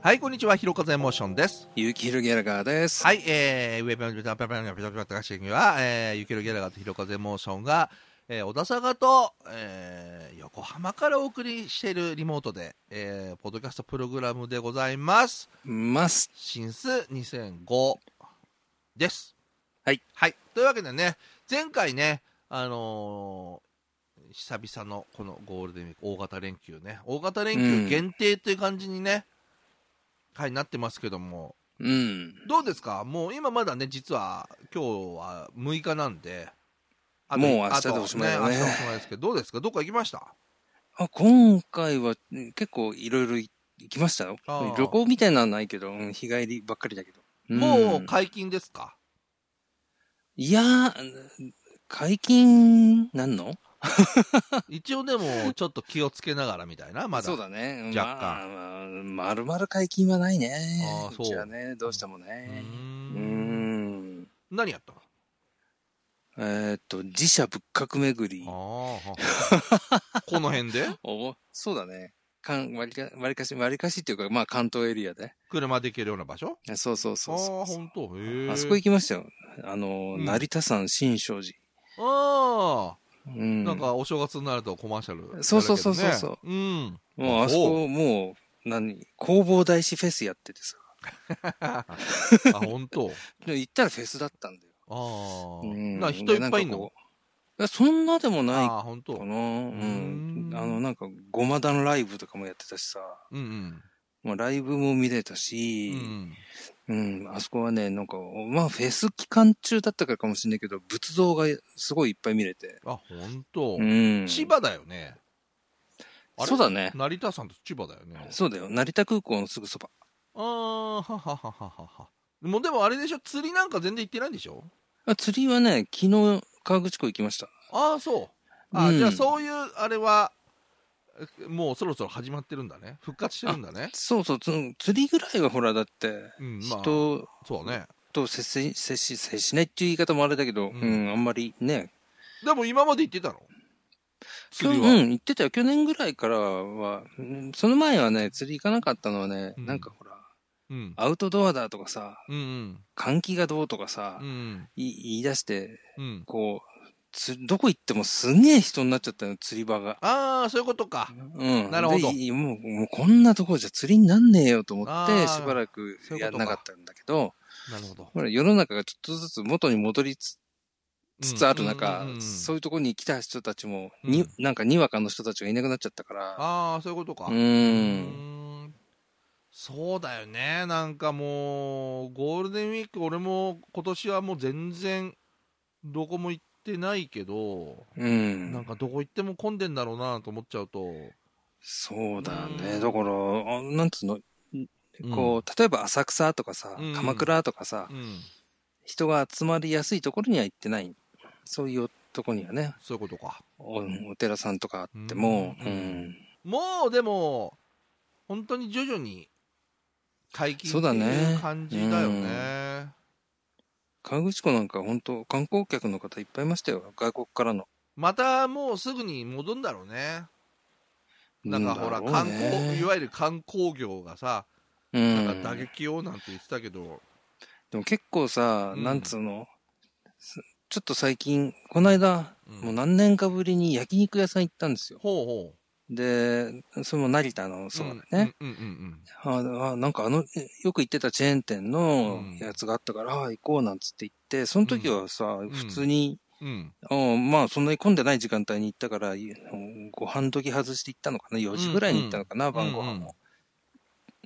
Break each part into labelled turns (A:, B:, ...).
A: はい、こんにちは、ひろかぜモーションです。
B: ゆうきひろギャラガーです。
A: はい、えー、ウェブのペタペタペタペタペタペタシには、えー、ゆきろギャラガーとひろかぜモーションが、えー、小田坂と、えー、横浜からお送りしているリモートで、えー、ポッドキャストプログラムでございます。
B: ます。
A: シンス2005です。
B: はい。
A: はい。というわけでね、前回ね、あのー久々のこのゴールデンウィーク、大型連休ね、大型連
B: う
A: 休
B: ん
A: 限定という感じにね、はい、なってますけども、
B: うん。
A: どうですかもう今まだね、実は今日は6日なんで、
B: もう明日でおしまいだね
A: あと明日おしまいですけど、どうですかどっか行きました
B: あ、今回はうん結構いろいろ行きましたよ
A: あー。
B: 旅行みたいなのはないけど、うん日帰りばっかりだけど。ん
A: もう解禁ですか
B: いやー、解禁なんの
A: 一応でもちょっと気をつけながらみたいな、まだ。
B: そうだね。
A: 若干
B: 干。まるまる解禁はないね。
A: あーそう
B: ちはね、どうしても
A: う
B: ね。うー
A: ーん。
B: ん。
A: 何やったの
B: えーっと、自社仏閣巡り。
A: ああ、この辺で
B: おそうだね。かん、割りか、割りかし、割りかしっていうか、まあ関東エリアで。
A: 車で行けるような場所
B: あそうそうそうそう
A: ああ、本当。へえ。
B: あそこ行きましたよ。あの、
A: うん
B: 成田山新勝寺。
A: あ
B: うん。
A: あ、なんかお正月になるとコマーシャル、。
B: そうそうそうそうそう
A: うん。
B: もうあそ
A: お
B: こ、もう、何、工房大師フェスやっててさ。
A: あ、本当。
B: で行ったらフェスだったんだよ。
A: ああ。
B: うん
A: な人いっぱいいん
B: でなん
A: の
B: かこういやそんなでもない
A: あ
B: か
A: あ、本当。
B: な。う
A: うん
B: ん
A: う。ん
B: あの、なんか、ごま団ライブとかもやってたしさ。
A: うん。
B: まあ、ライブも見れた
A: う
B: し、
A: ん。
B: うん、あそこはね、なんか、まあ、フェス期間中だったからかもしれないけど、仏像がすごいいっぱい見れて。
A: あ、本当
B: う。ん。
A: 千葉だよね。あれ
B: そうだね。
A: 成田さんと千葉だよね。
B: そうだよ。成田空港のすぐそば。
A: ああ、ははははは。もうでもあれでしょ釣りなんか全然行ってないんでしょ
B: あ釣りはね、昨日、河口湖行きました。
A: ああそうあ、
B: うん
A: じゃあそういうあれはえもうそろそろ始まってるんだね復活してるんだね
B: そうそう、つ釣りぐらいはほら、だって、
A: うんまあ
B: 人
A: そうね
B: と接し接し接しないっていう言い方もあれだけど、
A: う
B: うんん、あんまりね、
A: でも今まで行ってたの釣
B: 去
A: り
B: 年、
A: は、
B: うん、行ってたよ。去年ぐらいからは、うんその前はね、釣り行かなかったのはね、
A: うん
B: なんかほら、
A: うん、
B: アウトドアだとかさ、
A: うんうん
B: 換気がどうとかさ、
A: うん
B: い言い出して、
A: うん
B: こう、つどこ行ってもすげえ人になっちゃったの、釣り場が。
A: ああそういうことか
B: うん。
A: なるほど
B: でいもう、もうこんなところじゃ釣りになんねえよと思
A: あ
B: って、
A: ー
B: しばらく
A: そういう
B: や
A: こと
B: ん
A: か
B: なかったんだけど、
A: なるほど
B: ほら、世の中がちょっとずつ元に戻りつつつある中、
A: うんうんうんうん
B: そういうところに来た人たちも、に
A: うん、
B: なんかにわかの人たちがいなくなっちゃったから、
A: ああそういうことか
B: う
A: う
B: ーん。
A: んそうだよねなんかもうゴールデンウィーク俺も今年はもう全然どこも行ってないけど
B: うん。
A: なんかどこ行っても混んでんだろうなと思っちゃうと、
B: そうだ
A: うん
B: ね。だから、あなんつうの、
A: こ
B: こう、例えば浅草とかさ、
A: うん
B: 鎌倉とかさ
A: う、、うん、
B: 人が集まりやすいところには行ってない。そういうとこにはね、
A: そういうことか。
B: おお寺さんとかあっても、
A: う
B: うんん。
A: もうでも、本当に徐々に解禁
B: そう
A: って
B: だね
A: いう感じだよね。
B: 河口湖なんか本当観光客の方いっぱいいましたよ。外国からの。
A: またもうすぐに戻んだろうね。なんかほら、
B: だろう
A: 観
B: ね
A: 光、いわゆる観光業がさ、
B: う
A: なん
B: ん
A: か打撃をなんて言ってたけど、
B: でも結構さ、
A: うん
B: なんつうの、すちょっと最近、この間、
A: うん
B: もう何年かぶりに焼肉屋さん行ったんですよ。
A: ほうほう。で、
B: それも成田の、そうだね。
A: うんうんうん
B: ああなんかあの、よく行ってたチェーン店のやつがあったから、ああ、行こうなんつって行って、その時はさ、
A: ん
B: 普通に、
A: うん。うん
B: うんまあそんなに混んでない時間帯に行ったから、いご飯時外して行ったのかな、4時ぐらいに行ったのかな、晩ご飯も。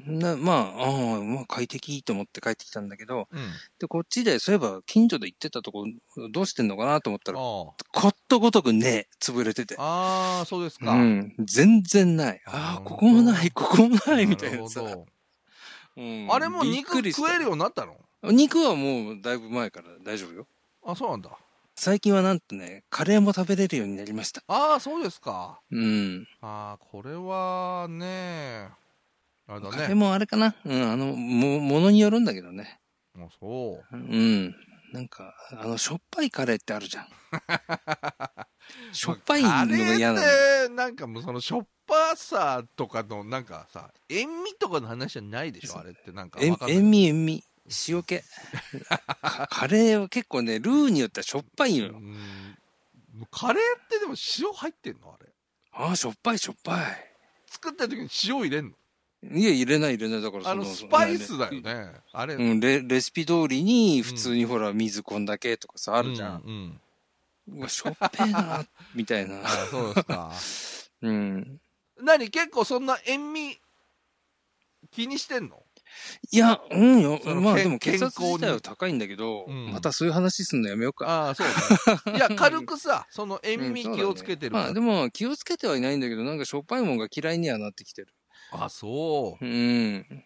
B: なまあ、ああ、まあ快適と思って帰ってきたんだけど、
A: うん。
B: で、こっちで、そういえば近所で行ってたとこ、どうしてんのかなと思ったら、
A: あ
B: ことごとくね、潰れてて
A: あ。。ああ、そうです
B: う
A: か。
B: ん、全然ない。
A: あー
B: ああ、ここもない、ここも
A: な
B: ない、みたい
A: るほ
B: なさ。
A: ど
B: うん
A: あれもう肉
B: びっくりした
A: 食えるようになったの
B: 肉はもうだいぶ前から大丈夫よ。
A: あ、そうなんだ。
B: 最近はなんとね、カレーも食べれるようになりました。
A: ああ、そうですか。
B: うん。
A: ああ、これはね、あれだ
B: カレー
A: ね。
B: もあれかなうん、あの、も、ものによるんだけどね。
A: もうそう。
B: うん。なんか、あの、しょっぱいカレーってあるじゃん。しょっぱい
A: まあ
B: のが嫌な
A: カ
B: の。
A: レーって、なんかもうそのしょっぱさとかのなんかさ塩味とかの話じゃないでしょあれってなんか
B: え
A: わかんない
B: 塩味塩味塩気か カレーは結構ねルーによってはしょっぱい
A: う
B: のよ
A: んカレーってでも塩入ってんのあれ
B: ああしょっぱいしょっぱ
A: 作った時に塩入れんの
B: いいや入れない入れないだから
A: あ
B: そ
A: のスパイスだよねあれ
B: うん、レレシピ通りに普通にほら水こんだけとかさあるじゃん、
A: ううん
B: うわしょっぺーなみたいな
A: あそうです か
B: うん
A: 何結構そんな塩味気にしてんの
B: いやうんよ
A: その
B: まあ
A: け
B: でも血圧
A: 健康に
B: 自体は高いんだけど、
A: うん
B: またそういう話すんのやめようか
A: ああそう ねいや軽くさその塩味気をつけてる
B: ま
A: か
B: あ
A: ら
B: でも気をつけてはいないんだけどなんかしょっぱいもんが嫌いにはなってきてる
A: あそう
B: うん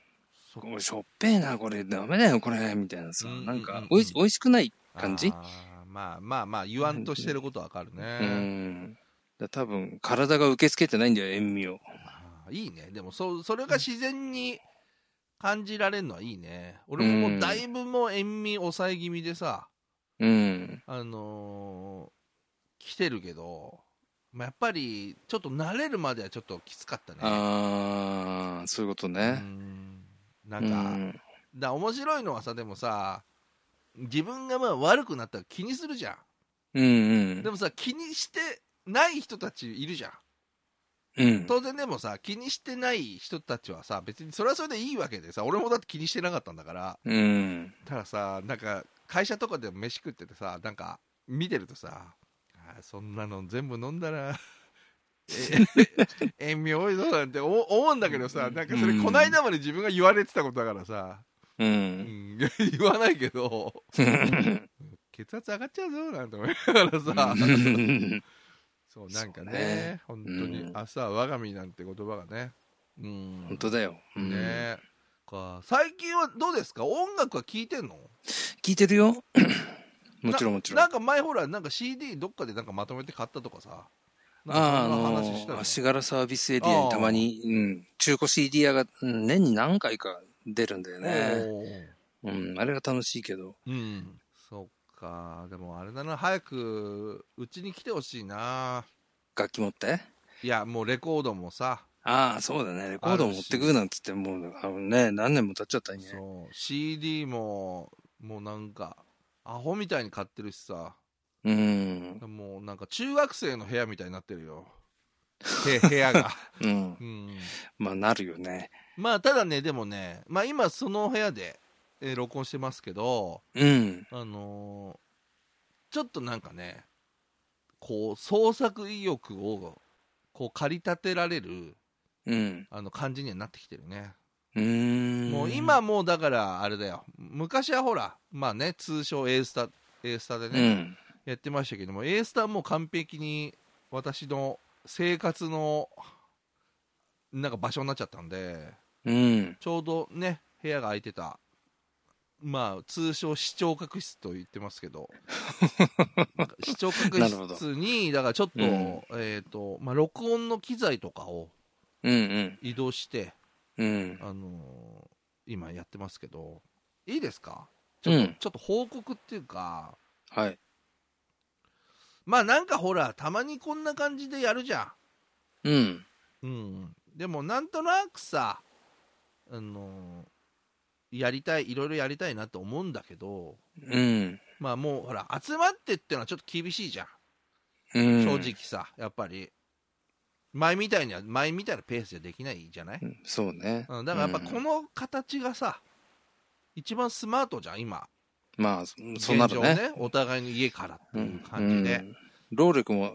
A: そ
B: これしょっぺーなこれダメだよこれみたいなさ、
A: うん
B: なんか
A: うん
B: おいしおいしくない感じ
A: あーまあまあまあ言わんとしてることわかるね、
B: うんだ多分体が受け付けてないんだよ塩味を
A: あーいいねでもそそれが自然に感じられるのはいいね俺ももうだいぶもう塩味抑え気味でさ
B: うん
A: あのー来てるけど、まあ、やっぱりちょっと慣れるまではちょっときつかったね
B: ああそういうこと
A: う
B: ね、
A: んな
B: うん
A: か、だ面白いのはさでもさ自分がまあ悪くなったら気にするじゃ
B: うんうん
A: んでもさ気にしてない人たちいるじゃん
B: うん。
A: 当然でもさ気にしてない人たちはさ別にそれはそれでいいわけでさ俺もだって気にしてなかったんだから
B: うん。
A: たださなんか会社とかでも飯食っててさなんか見てるとさあーそんなの全部飲んだら え塩味多いぞなんて思思うんだけどさなんかそれ
B: うん
A: こないだまで自分が言われてたことだからさ、
B: う。
A: うん ん、言わないけど 血圧上がっちゃうぞなんて思いながらさ、 そうなんかね
B: そうね
A: 本当に「
B: うん
A: 明日は我が身」なんて言葉がねうん
B: 本当だよ。うん
A: ねか最近はどうですか音楽は聴いてんの
B: 聞いてるよ。 もちろんもちろん。
A: な
B: あ
A: んか前ほらなんか CD どっかでなんかまとめて買ったとかさ
B: あー、あ
A: なんかそんな話した
B: の、
A: よね
B: 足柄サービスエリアにたまに、うん、中古 CD 屋がうん年に何回か出るんだよね。
A: おー
B: うん、あれが楽しいけど。
A: うんそっかでもあれだな早くうちに来てほしいな
B: 楽器持って
A: いやもうレコードもさ、
B: ああ、そうだね。レコードを持ってくるなんつって、もう、あのね、何年も経っちゃったんやね。
A: そう CD ももうなんかアホみたいに買ってるしさ
B: うん。
A: もうなんか中学生の部屋みたいになってるよへ 部屋が、
B: うん。
A: うん、
B: まあ、なるよね。
A: まあただねでもねまあ今その部屋で、えー録音してますけど
B: うん。
A: あのーちょっとなんかねこう創作意欲をこう駆り立てられる
B: うん。
A: あの感じにはなってきてるね
B: うーん。
A: もう今、もうだからあれだよ昔はほらまあね通称 A スタ A スタで
B: う
A: ね、
B: ん。
A: やってましたけども A スターもう完璧に私の生活のなんか場所になっちゃったんで
B: うん。
A: ちょうどね部屋が空いてたまあ通称視聴覚室と言ってますけどなんか視聴覚
B: なるほど
A: 室にだからちょっと,、
B: うん
A: えーとまあ、録音の機材とかを
B: うんうん。
A: 移動して、
B: うん。
A: あのー今やってますけどいいですか
B: うん。
A: ちょっと報告っていうか
B: はい。
A: まあなんかほらたまにこんな感じでやるじゃ
B: うん。
A: ん、うん、でもなんとなくさあのーやりたいいろいろやりたいなと思うんだけど
B: うん。
A: まあもうほら集まってってのはちょっと厳しいじゃん、
B: うん。
A: 正直さやっぱり前みたいには前みたいなペースじゃできないじゃない、
B: うん。そうね。
A: うん、だからやっぱこ
B: うん
A: の形がさ一番スマートじゃん今
B: まあ、そそうな
A: 現
B: る
A: 状
B: ね。
A: お互いの家からって
B: う
A: いうん感じで、
B: うん労力も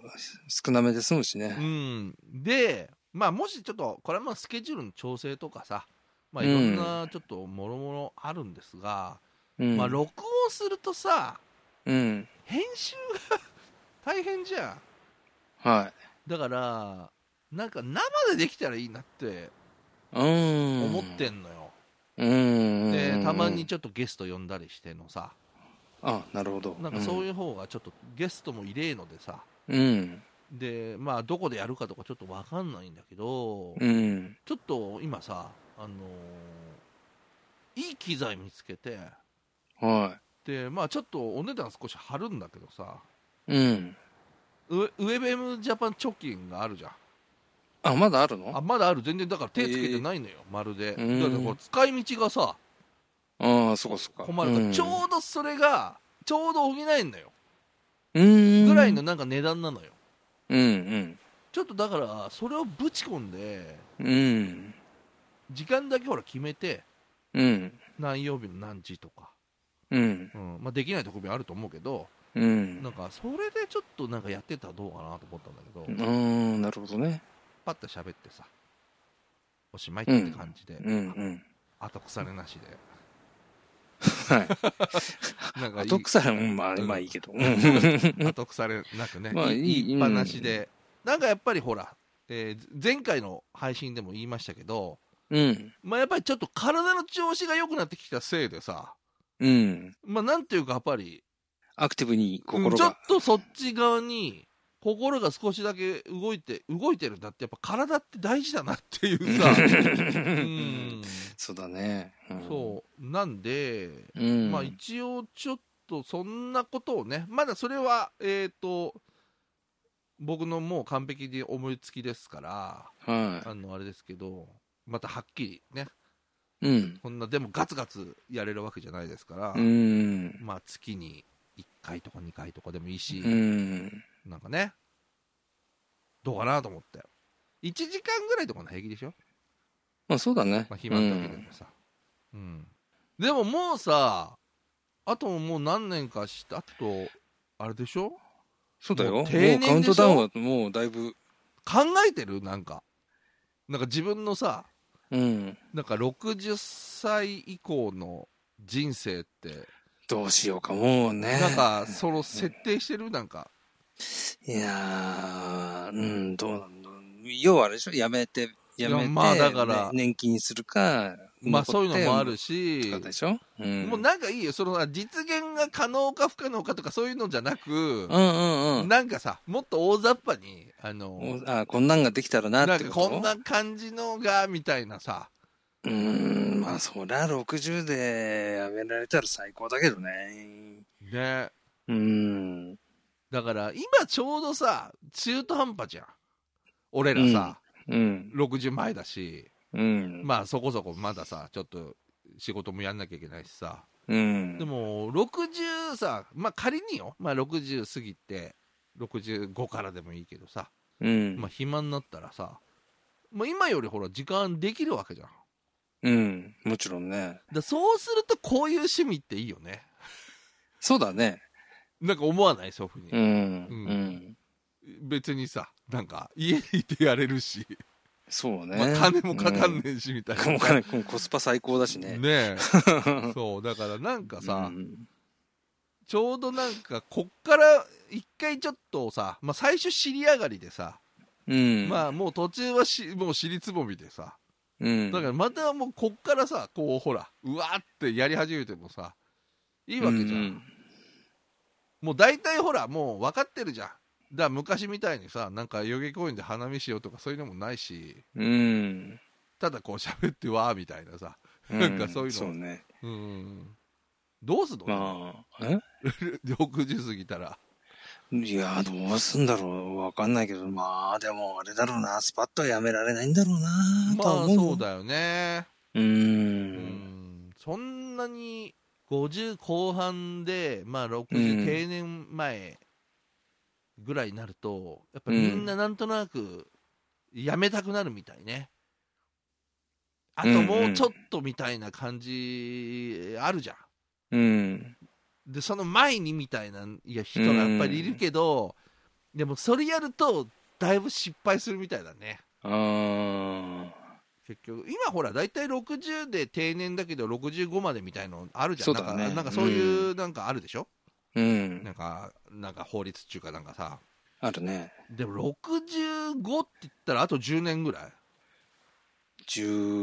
B: 少なめで済むし
A: う
B: ね。
A: ん、で、まあ、もしちょっと、これはまあスケジュールの調整とかさ、まあ、
B: うん
A: いろんなちょっともろもろあるんですが、
B: うん。
A: まあ、録音するとさ、
B: うん。
A: 編集が 大変じゃん。
B: は
A: だから、なんか生でできたらいいなって
B: い。うん。
A: 思ってんのよ。
B: うん。
A: で、たまに
B: ちょ
A: ちょっとゲスト呼んだりしてのさ、
B: あ、なるほど。
A: なんかそういう方がちょっとゲストも入れのでさ、
B: うん。
A: で、まあ、どこでやるかとかちょっとわかんないんだけど、
B: うん。
A: ちょっと今さ、あのーいい機材見つけて、
B: うん。は
A: で、まあちょっとお値段少し張るんだけどさ、
B: い。うん。
A: ウウェブエムジャパン貯金があるじゃん。
B: あ、まだあるの
A: あまだある全然だから手つけてないのよ、まるでだ
B: うん
A: からこれ使い道がさ
B: ああ、そうかそうか。
A: 困るから、
B: うん
A: ちょうどそれがちょうど補えんのよ
B: うーん
A: ぐらいの。なんか値段なのよ、
B: うん
A: ちょっとだからそれをぶち込んで
B: うん。うん。
A: 時間だけほら決めて
B: うん。
A: 何曜日の何時とか、
B: うん。
A: うんまあ、できないとこもあると思うけど
B: うん。
A: なんかそれでちょっとなんかやってたらどうかなと思ったんだけど、
B: うーん、なるほどね。
A: パッと喋ってさおしまいって感じで、
B: うんうん。
A: 後腐れなしで
B: は い。
A: なんかいい
B: 後腐れも、まあ、
A: うん
B: まあいいけど。うん
A: 後腐れなくね、
B: まあいい
A: いっぱなしで、なんかやっぱりほら、えー前回の配信でも言いましたけど、
B: うん。
A: まあ、やっぱりちょっと体の調子が良くなってきたせいでさ、
B: うん。
A: まあ、なんていうかやっぱり、
B: アクティブに
A: うん
B: 心
A: ちょっ
B: が。
A: とそっち側に心が少しだけ動いて動いてるんだってやっぱ体って大事だなっていうさ、 うん、
B: そうだね。うん
A: そうなんで、
B: うん。
A: まあ一応ちょっとそんなことをねまだそれはえっ、と僕のもう完璧に思いつきですから
B: は
A: あのあれですけどまたはっきりね
B: い。うん。
A: こんなでもガツガツやれるわけじゃないですから、
B: うん。
A: まあ月に1回とか2回とかでもいいし、
B: うん。
A: なんかねどうかなと思って1時間ぐらいとかの平気でしょ、
B: まあそうだね。
A: まあ、暇の時でもさ、うんでももうさあともう何年かしてあとあれでしょ
B: そうだよ。
A: もう
B: もう
A: 定年でしょ
B: カウントダウンはもうだいぶ、
A: 考えてるなんかなんか自分のさ
B: うん。
A: なんか60歳以降の人生って
B: どうしようか、もうね。
A: なんか、その設定してるなんか。
B: いやー、うん、どうなんだろう。要はあれでしょやめて、やめ
A: いや
B: て、
A: まあだから
B: ね年金にするか、
A: まあそういうのもある
B: し。
A: し
B: と、かでしょうん。
A: もうなんかいいよ、その実現が可能か不可能かとかそういうのじゃなく
B: う、んうんうん。
A: なんかさ、もっと大雑把に、あの、
B: おあこんなんができたらな
A: な
B: っ
A: ん
B: て
A: か
B: こと
A: こんな感じのが、みたいなさ、
B: うーんまあそりゃ60でやめられたら最高だけどね
A: ね。
B: うん
A: だから今ちょうどさ、中途半端じゃん。俺らさ、
B: うん
A: 60前だし、
B: うん
A: まあそこそこまださ、ちょっと仕事もやんなきゃいけないしさ。
B: うん
A: でも60さまあ仮によ、まあ、60過ぎて65からでもいいけどさ、
B: うん
A: まあ、暇になったらさ、まあ、今よりほら時間できるわけじゃん
B: うんもちろんね
A: だそうするとこういう趣味っていいよね
B: そうだね
A: なんか思わないそういうふうに、
B: うん
A: うん
B: うん
A: 別にさなんか家にいてやれるし、
B: そうね
A: まあ、金もかかんね
B: ね
A: えしみたいな、
B: お金もコスパ最高だしね
A: ねえ そうだからなんかさ、
B: うん
A: ちょうどなんかこっから一回ちょっとさ、まあ、最初尻上がりでさ、
B: うん
A: まあもう途中はしもう尻つぼみでさ
B: うん
A: だからまたもうこっからさこうほらうわーってやり始めてもさいいわけじゃん、
B: うん
A: もう大体ほらもう分かってるじゃんだから昔みたいにさなんか代々木公園で花見しようとかそういうのもないし
B: うん
A: ただこう喋ってわーみたいなさ
B: う
A: なんかそういうの
B: そうね
A: うんどうすんの、
B: まあえ
A: 60過ぎたら
B: いやー、どうすんだろう。わかんないけど、まあ、でも、あれだろうな。スパッとはやめられないんだろうな。とは
A: まあ
B: 思うよ
A: そう。だよね
B: うー。
A: うんんそんなに50後半で、まあ、
B: う
A: 60
B: ん
A: 定年前ぐらいになると、やっぱみんななんとなくやめたくなるみたいね。あともうちょっとみたいな感じあるじゃん。
B: うん。
A: で、その前にみたいないや人がやっぱりいるけど、でもそれやるとだいぶ失敗するみたいだね。
B: あー
A: 結局今ほら大体60で定年だけど65までみたいのあるじゃん
B: そうだ
A: なん
B: ね
A: かなんかそういうなんかあるでしょ、
B: うん
A: な。んかなんか法律っていうかなんかさ
B: あるね。
A: でも65って言ったらあと10年ぐらい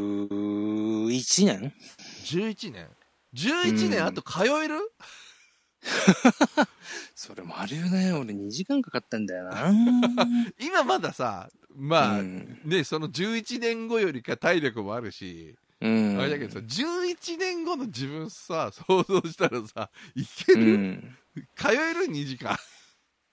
B: 11年
A: 11年11
B: う
A: 年
B: ん
A: あと通える、
B: それもあるよね。俺2時間かかったんだよな。
A: 今 まださまあ、
B: うん
A: ねその11年後よりか体力もあるし、
B: うん。
A: あれだけどさ11年後の自分さ想像したらさいけ
B: う
A: る、
B: ん。
A: 通える2時間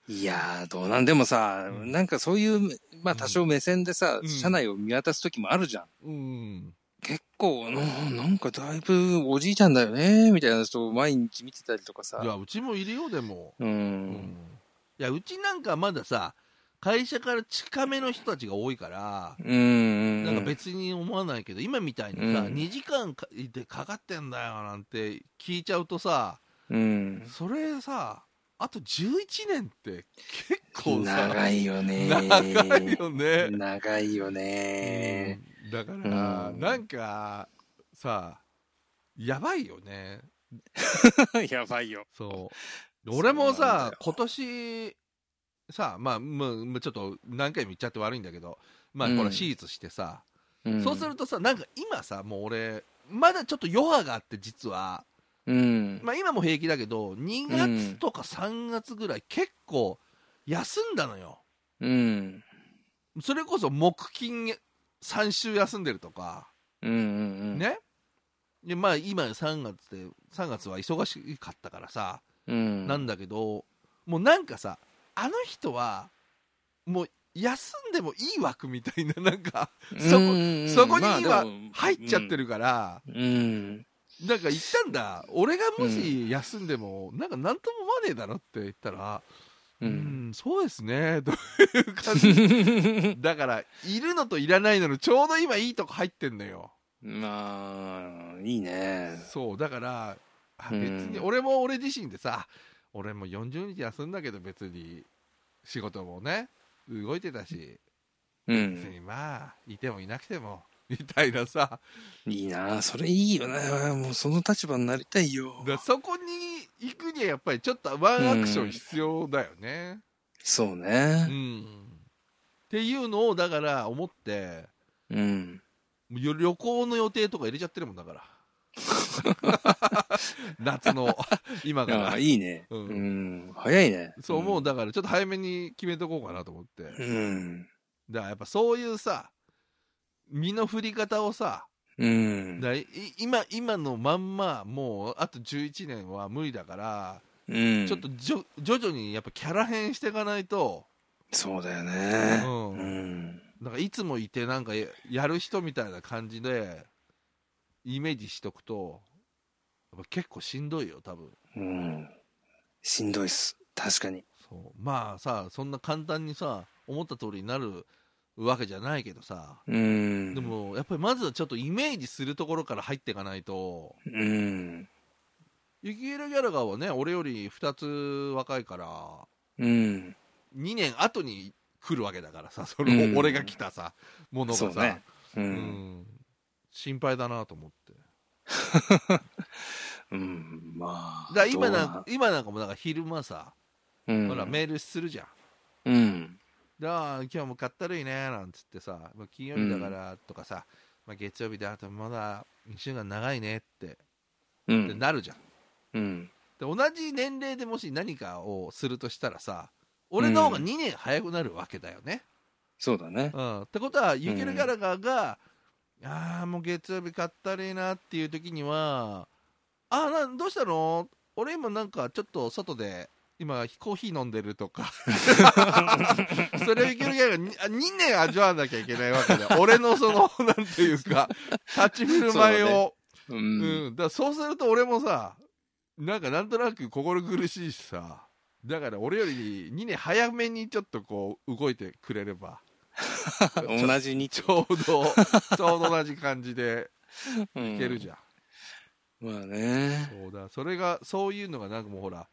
B: いやー、どうなんでもさ、
A: うん
B: なんかそういう、まあ多少目線でさ、
A: うん
B: 車内を見渡す時もあるじゃん。
A: うん。
B: 結構な、なんかだいぶおじいちゃんだよね、みたいな人を毎日見てたりとかさ。
A: いや、うちもいるよ、でも。
B: う
A: うん
B: ん。
A: いや、うちなんかまださ、会社から近めの人たちが多いから、
B: うん。うん
A: なんか別に思わないけど、今みたいにさ、
B: うん
A: 2時間かでかかってんだよなんて聞いちゃうとさ、
B: うん。
A: それさ、あと11年って結構さ、
B: 長いよね。
A: 長いよね。
B: 長いよね。
A: うんだから、
B: うん
A: なんかさやばいよね
B: やばいよ。
A: そう
B: そう
A: 俺も
B: なんだ
A: さ
B: よ
A: 今年さまあもうもうちょっと何回も言っちゃって悪いんだけどまあ、
B: うん
A: ほら手術してさ、
B: ん
A: そうする、とさなんか今さもう俺まだちょっと余波があって実は、
B: うん。
A: まあ、今も平気だけど2月とか3月ぐらい結構休んだのよ
B: うん。
A: それこそ木金3週休んでるとか
B: うん。うん。
A: ねでまあ今3月で3月は忙しかったからさ、
B: うん。
A: なんだけどもうなんかさあの人はもう休んでもいい枠みたいななんかそこ
B: うん
A: そこに今
B: まあでも
A: 入っちゃってるから、
B: うん。
A: なんか言ったんだ俺がもし休んでもなんか何とも思わねえだろって言ったら「
B: う。
A: うんんそうですね」という感じ だからいるのといらないののちょうど今いいとこ入ってんのよ
B: まあ、いいね。
A: そうだからあ
B: うん
A: 別に俺も俺自身でさ俺も40日休んだけど別に仕事もね動いてたし
B: う
A: 別
B: ん。
A: にまあいてもいなくてもみたいなさ
B: いいな。それいいよな。もうその立場になりたい
A: だ
B: よ
A: か。らそこに行くにはやっぱりちょっとワンアクション必要だよね。
B: そう
A: うん
B: ね。
A: っていうのをだから思って
B: うん。
A: もうよ旅行の予定とか入れちゃってるもんだ から。夏の今か
B: あ
A: ら
B: あ、いいね。
A: う
B: うんん。早いね。
A: そう思うだからちょっと早めに決めとこうかなと思って。
B: うん。
A: だからやっぱそういうさ身の振り方をさ、
B: うん。
A: だいい今今のまんまもうあと11年は無理だから、
B: うん。
A: ちょっとじょ徐々にやっぱキャラ変していかないと、
B: そうだよ
A: う、
B: ね。うんん。
A: なんかいつもいてなんかややる人みたいな感じでイメージしとくとやっぱ結構しんどいよ多分
B: うん。しんどいっす。確かに。
A: そうまあさそんな簡単にさ思った通りになるわけじゃないけどさ
B: うん。
A: で、もやっぱりまずはちょっとイメージするところから入っていかないと
B: うん。
A: 雪キエル・ギャラガーはね俺より2つ若いから
B: うん。
A: 2年後に来るわけだからさそ
B: うん
A: の俺が来たさ、ものがさ
B: そうねう。
A: うんん、心配だなと思って
B: うん。まあ。
A: だから今なん
B: ど
A: か今なんかもなんか昼間さ、
B: うな、うん。
A: ほらメールするじゃん
B: うん。
A: だから今日もかったるいねなんつってさまあ金曜日だからとかさ、まあ、月曜日であとまだ2週間長いねって
B: う
A: って
B: ん。
A: なるじゃん
B: うん。
A: で同じ年齢でもし何かをするとしたらさ俺の方が2年早くなるわけだよね、
B: そうだね。
A: うん、ってことはユケル・ガラガーが、ああもう月曜日かったりなっていう時には「あーなんどうしたの俺今なんかちょっと外で今コーヒー飲んでる」とかそれをユケル・ガラガーにあ2年味わわなきゃいけないわけだよ俺のそのなんていうか立ち振る舞いを
B: そうう,、う。
A: うんん、だからそうすると俺もさなんかなんとなく心苦しいしさだから俺より2年早めにちょっとこう動いてくれれ ば。
B: 同じに
A: ちょうど、ちょうど同じ感じでい
B: い
A: けるじゃん。
B: ゃん。まあね。
A: そうだ、それが、そういうのがなんかもうほら、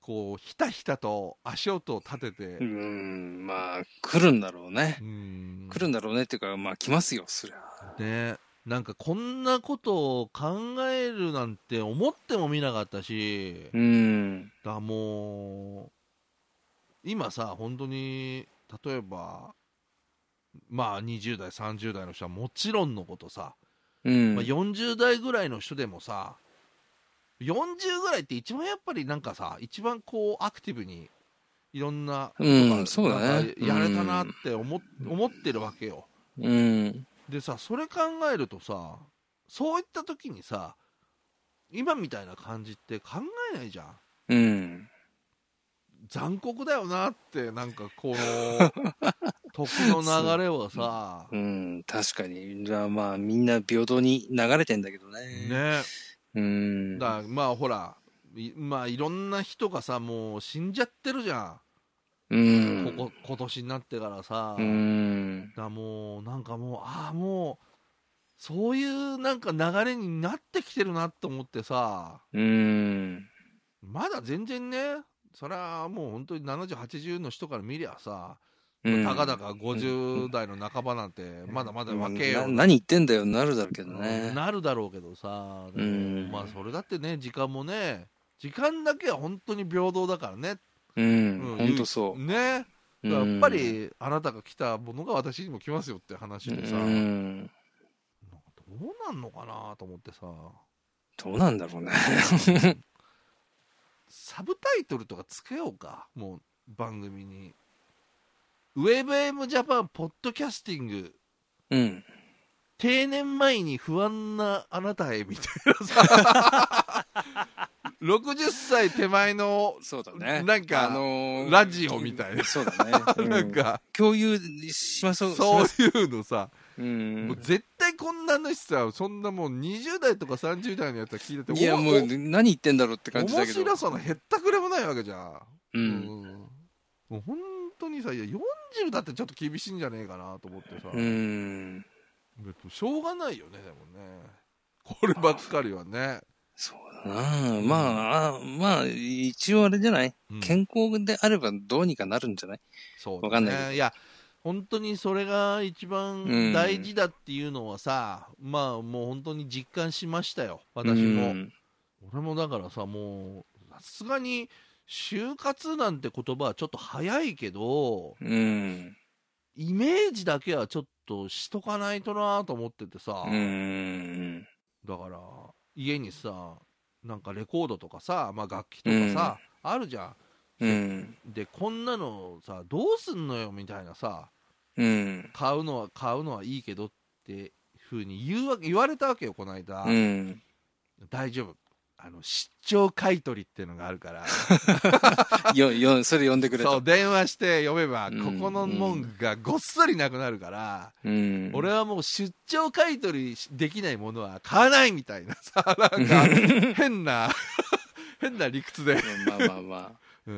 A: こう、ひたひたと足音を立て
B: う
A: て、
B: ん。まあ、来るんだろうね。
A: うん
B: 来るんだろうねっていうか、まあ来ますよ、そりゃ。
A: ね。なんかこんなことを考えるなんて思ってもみなかったし、
B: うん。
A: だもう、今さ、本当に、例えば、まあ20代、30代の人はもちろんのことさ、
B: うん。
A: まあ、40代ぐらいの人でもさ40ぐらいって一番やっぱりなんかさ一番こうアクティブにいろんな
B: うん、そうだ
A: なん
B: ね
A: か。やれたなって思,、思ってるわけよ
B: うん。
A: でさそれ考えるとさそういった時にさ今みたいな感じって考えないじゃん
B: うん。
A: 残酷だよなってなんかこ の時の流れはさ
B: うん、確かに。じゃあまあ、みんな平等に流れてんだけどね。。
A: ね
B: うん。
A: だまあほらいまあいろんな人がさもう死んじゃってるじゃ
B: うん。
A: ん、ここ今年になってからさ、
B: うん。
A: だもうなんかもうああもうそういうなんか流れになってきてるなと思ってさ
B: うん。
A: まだ全然ねそれはもう本当に7080の人から見りゃさ、
B: うん
A: たかだか50代の半ばなんてまだまだ若えよ、
B: な何言ってんだよ、なるだろうけど
A: う
B: ね
A: ん。なるだろうけどさ、でも
B: うん
A: まあそれだってね時間もね時間だけは本当に平等だからね
B: うん
A: うん。
B: ほんとそ
A: ね
B: う。
A: だからやっぱりあなたが来たものが私にも来ますよって話
B: うん、
A: でさ、
B: うん。
A: どうなんのかなと思ってさ
B: どうなんだろうね。
A: サブタイトルとかつけようかもう番組に「ウェブ m ジャパンポッドキャスティング
B: うん。
A: 定年前に不安なあなたへ」みたいなさ 60歳手前の
B: そうだね。
A: なんか
B: あのー
A: ラジオみたいな。
B: そうだね
A: なんか、
B: うん、共有しましょう。
A: そう
B: し
A: いうのさ、
B: まうん
A: もう。絶対こんなのしさそんなもう20代とか30代のやつは聞いてて
B: いや、
A: お
B: もう何言ってんだろうって感じだ
A: 面
B: けど。
A: 白さのへったくれもないわけじゃん、
B: う
A: うん
B: ん。
A: もう本当にさいや40だってちょっと厳しいんじゃねえかなと思ってさ、
B: うん。
A: しょうがないよねでもねこればっかりはね、
B: そうだな。まあ、あまあ、一応あれじゃない
A: うん
B: 健康であればどうにかなるんじゃない
A: そう
B: わかんないけ
A: いや本当にそれが一番大事だっていうのはさ、まあもう本当に実感しましたよ私も、
B: うん
A: 俺もだからさもうさすがに就活なんて言葉はちょっと早いけど
B: うん。
A: イメージだけはちょっとしとかないとなと思っててさ、
B: うん。
A: だから家にさなんかレコードとかさ、まあ、楽器とかさ、あるじゃ
B: うん。
A: んでこんなのさどうすんのよみたいなさ
B: うん。
A: 買うのは買うのはいいけどってふうに言うわけ言われたわけよこの間、
B: うん。
A: 大丈夫あの出張買い取りっていうのがあるから
B: よ、よ、それ呼んでくれ
A: そ
B: と
A: う。電話して呼べば、
B: うん
A: ここの門がごっそりなくなるから、
B: うん。
A: 俺はもう出張買い取りできないものは買わないみたいなさ なんか変な 変な理屈で、
B: まあまあまあ。
A: うん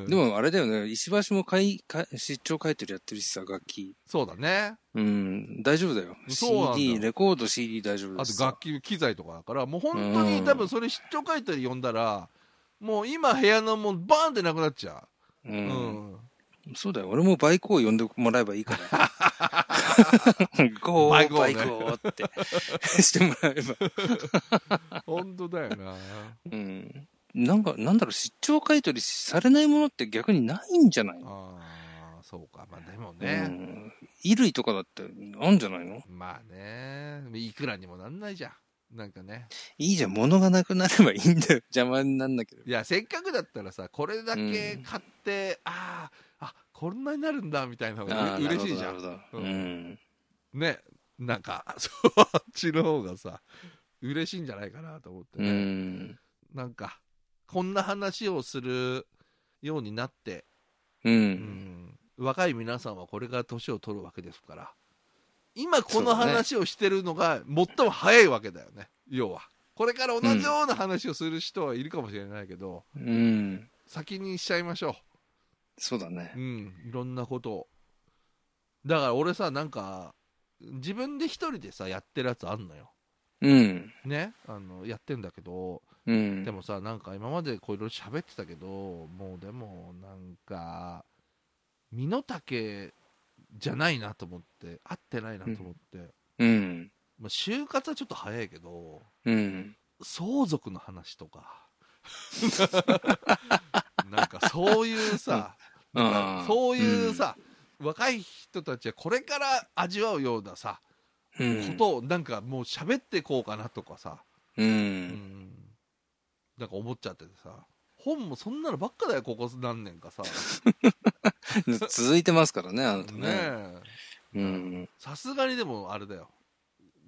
B: でもあれだよね、石橋も買い、買い出張書いてるやってるしさ、楽器。
A: そうだね
B: うん、大丈夫だよ。
A: そうなんだ
B: CD、レコード CD 大丈夫
A: あ
B: で
A: と
B: す。
A: 楽器機材とかだからもう本当に
B: うん
A: 多分それ出張買い取り呼んだらもう今部屋のもうバーンってなくなっちゃ
B: う。
A: う、うんん
B: そうだよ、俺もバイクを呼んでもらえばいいから。 ゴー、
A: バ
B: バ
A: イ
B: イ
A: ク
B: ク
A: を
B: を
A: ね
B: ってしてもらえば。
A: 本当だよな
B: うん。なんか、なんだろう、出張買い取りされないものって逆にないんじゃない
A: あーそうかまあでも
B: う
A: ね、
B: ん。衣類とかだってあんじゃないの
A: まあねいくらにもなんないじゃんなんかね
B: いいじゃん、物がなくなればいいんだよ。邪魔になんなければ。
A: いやせっかくだったらさこれだけ
B: うん
A: 買って、あーあこんなになるんだみたいなの
B: あ
A: が
B: あ
A: う嬉しいじ
B: な
A: ゃ
B: るほ
A: ん
B: どなるほど
A: う
B: うんん。
A: ねなんか そっちの方がさ嬉しいんじゃないかなと思って
B: う
A: ね、
B: ん。
A: なんかこんな話をするようになって、
B: う。
A: うんん若い皆さんはこれから年を取るわけですから今この
B: そうだね
A: 話をしてるのが最も早いわけだよね要はこれから同じような話をする人はいるかもしれないけど、
B: うん。
A: 先にしちゃいましょう
B: そうだね
A: う。んいろんなことをだから俺さなんか自分で一人でさやってるやつあんのよ
B: うん。
A: ねあのやってんだけど
B: うん。
A: でもさなんか今までこういろいろ喋ってたけどもうでもなんか身の丈じゃないなと思って合ってないなと思って、
B: うん。
A: まあ、就活はちょっと早いけど
B: うん。
A: 相続の話とか なんかそういうさなんか
B: あー
A: そういうさ、若い人たちはこれから味わうようなさ、
B: うん
A: ことをなんかもう喋っていこうかなとかさ、
B: う。
A: うんんなんか思っちゃっててさ本もそんなのばっかだよここ何年かさ
B: 続いてますからね、あなた
A: ね
B: ね。
A: え
B: うん。
A: さすがにでもあれだよ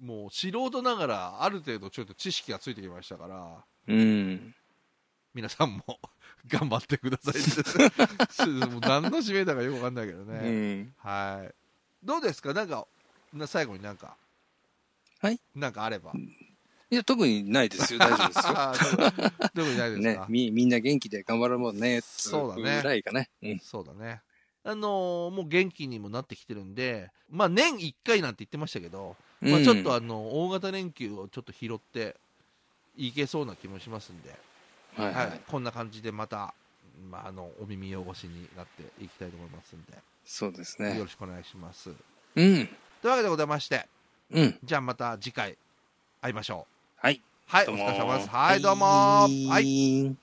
A: もう素人ながらある程度ちょっと知識がついてきましたから
B: うん。
A: 皆さんも 頑張ってください ってもう何の使命だかよくわかんないけどね、
B: うん。
A: はいどうですかなんかな最後になんか
B: はい
A: なんかあれば
B: いや、特にないですよ。大丈 夫ですよ。
A: あーどうどうもないです
B: ね
A: か、、
B: み、みんな元気で頑張ろうね、つ
A: そうだね
B: ぐらいかね。うん。
A: そうだねあのーもう元気にもなってきてるんでまあ年1回なんて言ってましたけど、まあ、ちょっとあの大型連休をちょっと拾っていけそうな気もしますんで、
B: うん、はい、は
A: はい
B: い。
A: こんな感じでまた、まあ、あのお耳汚しになっていきたいと思いますんで、
B: そうです
A: よ
B: ね
A: ろ。しくお願いします
B: うん。
A: というわけでございまして
B: うん。
A: じゃあまた次回会いましょう
B: はい。
A: はいお
B: どうも
A: 疲れ様ですはいどうもはい
B: い